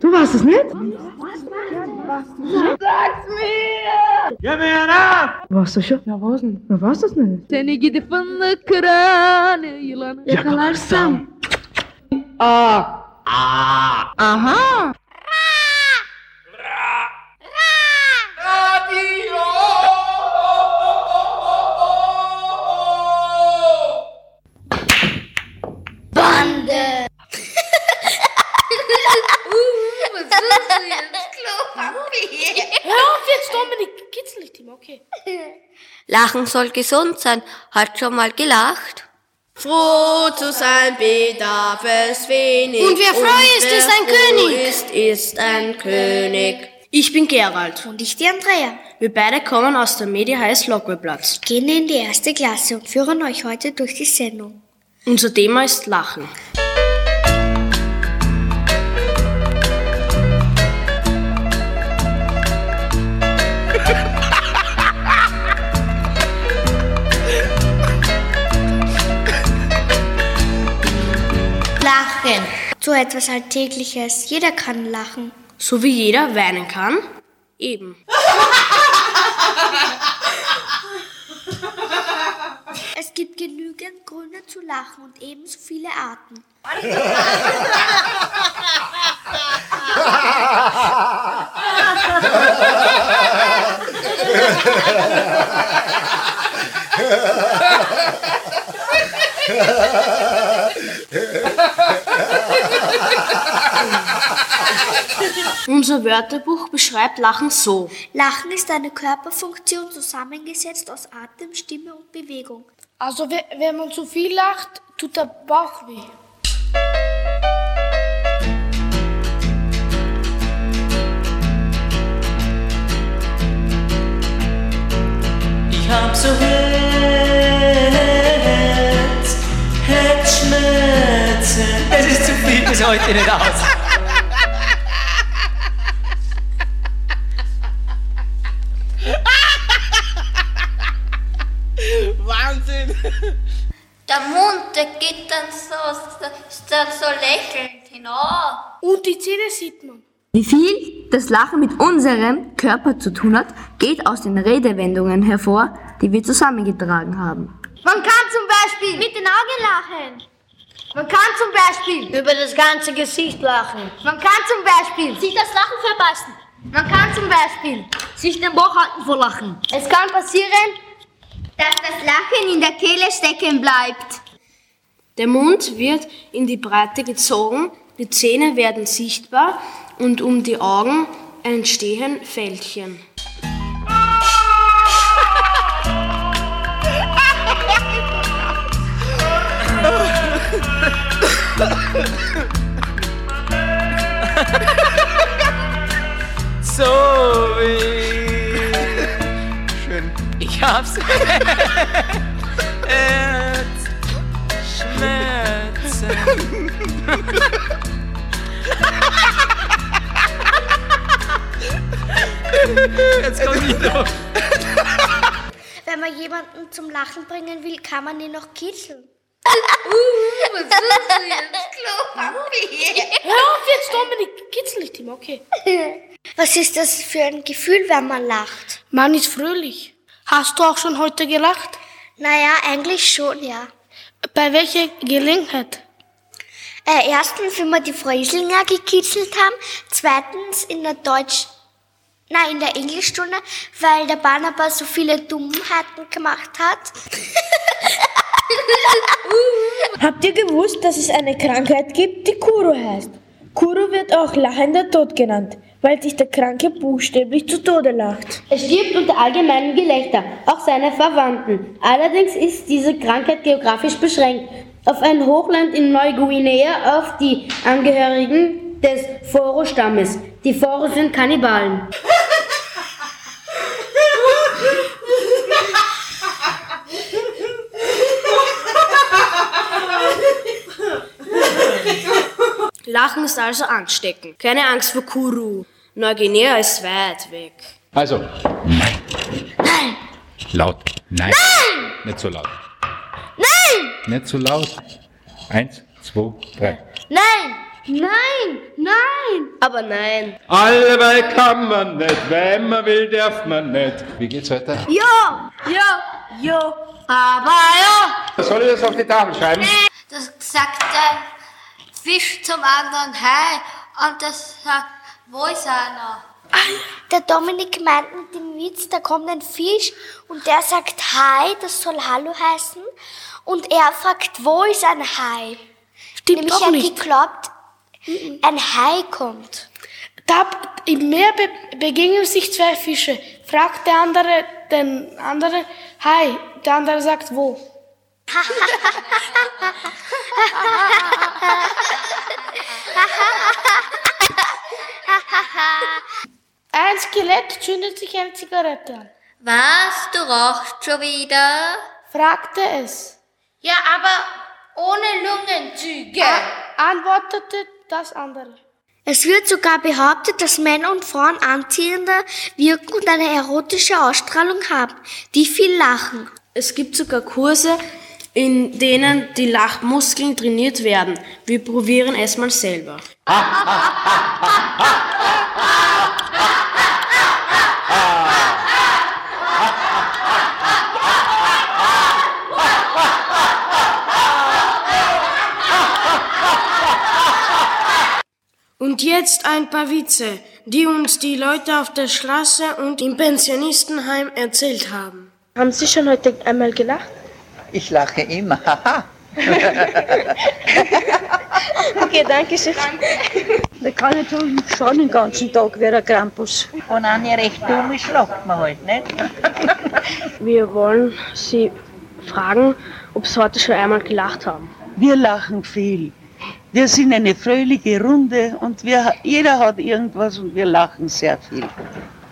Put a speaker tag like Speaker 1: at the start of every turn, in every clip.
Speaker 1: Du warst es nicht?
Speaker 2: Yemeyen ha!
Speaker 1: Warst du schon?
Speaker 3: Ja was denn?
Speaker 1: Du warst es nicht.
Speaker 4: Seni gidip fındık kıran yılanı.
Speaker 3: Yakalarsam.
Speaker 5: Was ist denn jetzt? Klopapier.
Speaker 6: Hör auf jetzt, Dominik. Kitzel nicht immer, okay.
Speaker 7: Lachen soll gesund sein. Hat schon mal gelacht.
Speaker 5: Froh zu sein bedarf es wenig.
Speaker 6: Und wer frei ist, ist ein
Speaker 5: froh
Speaker 6: König.
Speaker 5: Ist, ist ein König. Ich bin Gerald.
Speaker 8: Und ich die Andrea.
Speaker 5: Wir beide kommen aus der Media Heiß Lockwellplatz.
Speaker 8: Gehen in die erste Klasse und führen euch heute durch die Sendung.
Speaker 5: Unser Thema ist Lachen.
Speaker 8: Lachen. So etwas Alltägliches. Jeder kann lachen.
Speaker 5: So wie jeder weinen kann. Eben.
Speaker 8: Es gibt genügend Gründe zu lachen und ebenso viele Arten.
Speaker 5: Unser Wörterbuch beschreibt Lachen so.
Speaker 8: Lachen ist eine Körperfunktion zusammengesetzt aus Atem, Stimme und Bewegung.
Speaker 6: Also, we- wenn man zu viel lacht, tut der Bauch weh.
Speaker 9: Ich hab so Herz, Herzschmerzen. Es ist zu viel bis heute nicht aus.
Speaker 10: Der Mund, der geht dann so, so- dann so lächelnd hinaus.
Speaker 6: Und die Zähne sieht man.
Speaker 7: Wie viel das Lachen mit unserem Körper zu tun hat, geht aus den Redewendungen hervor, die wir zusammengetragen haben.
Speaker 10: Man kann zum Beispiel mit den Augen lachen. Man kann zum Beispiel über das ganze Gesicht lachen. Man kann zum Beispiel sich das Lachen verbeißen. Man kann zum Beispiel sich den Bauch halten vor Lachen. Es kann passieren, dass das Lachen in der Kehle stecken bleibt.
Speaker 5: Der Mund wird in die Breite gezogen, die Zähne werden sichtbar und um die Augen entstehen Fältchen.
Speaker 9: So wie. Schön. Ich hab's. Herzschmerzen. Jetzt komm ich noch.
Speaker 8: Wenn man jemanden zum Lachen bringen will, kann man ihn noch kitzeln.
Speaker 5: Was ist denn jetzt?
Speaker 6: Hör auf jetzt, Dominik. Kitzel nicht immer, okay.
Speaker 8: Was ist das für ein Gefühl, wenn man lacht?
Speaker 6: Man ist fröhlich. Hast du auch schon heute gelacht?
Speaker 8: Naja, eigentlich schon, ja.
Speaker 6: Bei welcher Gelegenheit?
Speaker 8: Äh, erstens, wenn wir die Freislinger gekitzelt haben. Zweitens, in der Deutsch... Nein, in der Englischstunde, weil der Barnabas so viele Dummheiten gemacht hat.
Speaker 3: Habt ihr gewusst, dass es eine Krankheit gibt, die Kuro heißt? Kuro wird auch lachender Tod genannt, weil sich der Kranke buchstäblich zu Tode lacht.
Speaker 10: Es gibt unter allgemeinem Gelächter auch seine Verwandten. Allerdings ist diese Krankheit geografisch beschränkt auf ein Hochland in Neuguinea auf die Angehörigen des Foro-Stammes. Die Foro sind Kannibalen.
Speaker 5: Lachen ist also ansteckend. Keine Angst vor Kuru. Neuguinea ist weit weg.
Speaker 11: Also. Nein. Laut. Nein. Nein. Nicht so laut. Nein. Nicht so laut. Eins, zwei, drei.
Speaker 10: Nein! Nein, nein. Aber nein.
Speaker 11: Allebei kann man nicht, wenn man will, darf man nicht. Wie geht's weiter?
Speaker 10: Ja, ja, ja. Aber ja.
Speaker 11: Soll ich das auf die Tafel schreiben?
Speaker 2: Das sagt ein Fisch zum anderen Hai und das sagt, wo ist einer?
Speaker 8: Der Dominik meint mit dem Witz, da kommt ein Fisch und der sagt Hi, das soll Hallo heißen. Und er fragt, wo ist ein Hai?
Speaker 6: Stimmt
Speaker 8: Nämlich
Speaker 6: auch
Speaker 8: er hat
Speaker 6: nicht.
Speaker 8: geglaubt, ein Hai kommt.
Speaker 6: Da im Meer be begegnen sich zwei Fische. Fragt der andere den anderen, hi, der andere sagt wo. Ein Skelett zündet sich eine Zigarette an.
Speaker 2: Was, du rauchst schon wieder?
Speaker 6: Fragte es.
Speaker 2: Ja, aber ohne Lungenzüge.
Speaker 6: Antwortete das andere.
Speaker 8: Es wird sogar behauptet, dass Männer und Frauen anziehender wirken und eine erotische Ausstrahlung haben, die viel lachen.
Speaker 5: Es gibt sogar Kurse, in denen die Lachmuskeln trainiert werden. Wir probieren es mal selber. Und jetzt ein paar Witze, die uns die Leute auf der Straße und im Pensionistenheim erzählt haben.
Speaker 12: Haben Sie schon heute einmal gelacht? Ich lache immer. haha.
Speaker 13: Okay, danke schön. Da kann ich schon schauen den ganzen Tag, wer ein Krampus. Wenn eine recht dumm ist, lacht man halt, nicht?
Speaker 14: Wir wollen Sie fragen, ob Sie heute schon einmal gelacht haben.
Speaker 12: Wir lachen viel. Wir sind eine fröhliche Runde und wir, jeder hat irgendwas und wir lachen sehr viel.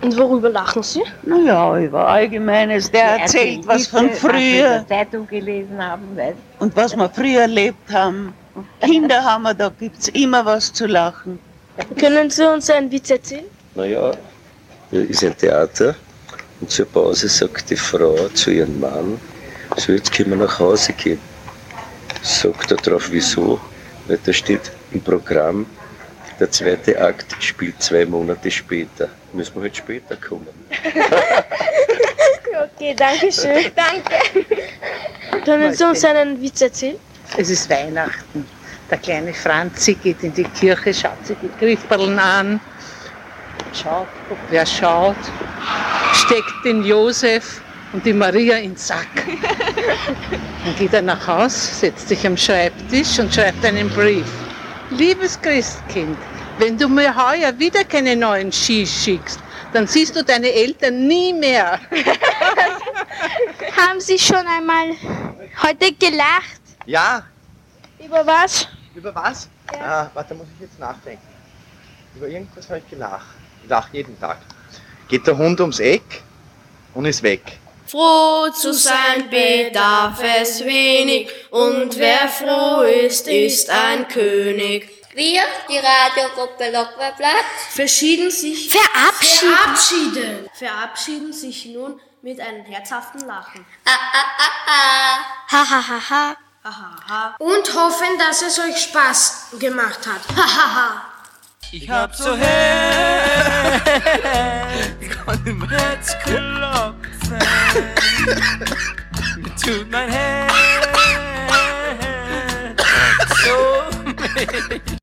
Speaker 14: Und worüber lachen Sie?
Speaker 12: Naja, über Allgemeines. Der erzählt was von früher
Speaker 13: Was wir in der Zeitung gelesen haben, weißt
Speaker 12: und was wir früher erlebt haben. Kinder haben wir, da gibt es immer was zu lachen.
Speaker 14: Können Sie uns einen Witz erzählen?
Speaker 15: Naja, das ist ein Theater. Und zur Pause sagt die Frau zu ihrem Mann, so jetzt können wir nach Hause gehen. Sagt er drauf, wieso? Weil da steht im Programm, der zweite Akt spielt zwei Monate später. Müssen wir halt später kommen.
Speaker 14: Okay, danke schön. danke. Können Sie uns einen Witz erzählen?
Speaker 13: Es ist Weihnachten. Der kleine Franzi geht in die Kirche, schaut sich die Griffballen an, schaut, ob wer schaut, steckt den Josef und die Maria in den Sack. Dann geht er nach Haus, setzt sich am Schreibtisch und schreibt einen Brief. Liebes Christkind, wenn du mir heuer wieder keine neuen Ski schickst, dann siehst du deine Eltern nie mehr.
Speaker 16: Haben Sie schon einmal heute gelacht?
Speaker 17: Ja,
Speaker 16: Über was?
Speaker 17: über was? Ah, warte, muss ich jetzt nachdenken. Über irgendwas habe ich gelacht. Ich lache jeden Tag. Geht der Hund ums Eck und ist weg.
Speaker 5: Froh zu sein bedarf es wenig, und wer froh ist, ist ein König.
Speaker 2: Wir, die Radiogruppe Lockwerblatt.
Speaker 5: Verschieden sich
Speaker 2: Verabschieden.
Speaker 5: verabschieden. Verabschieden sich nun mit einem herzhaften Lachen.
Speaker 8: Ah, Ha ha ha ha.
Speaker 18: Und hoffen, dass es euch Spaß gemacht hat. Hahaha.
Speaker 9: Ich hab so Hände im Herz klopfen. Mir tut mein Herz so weh.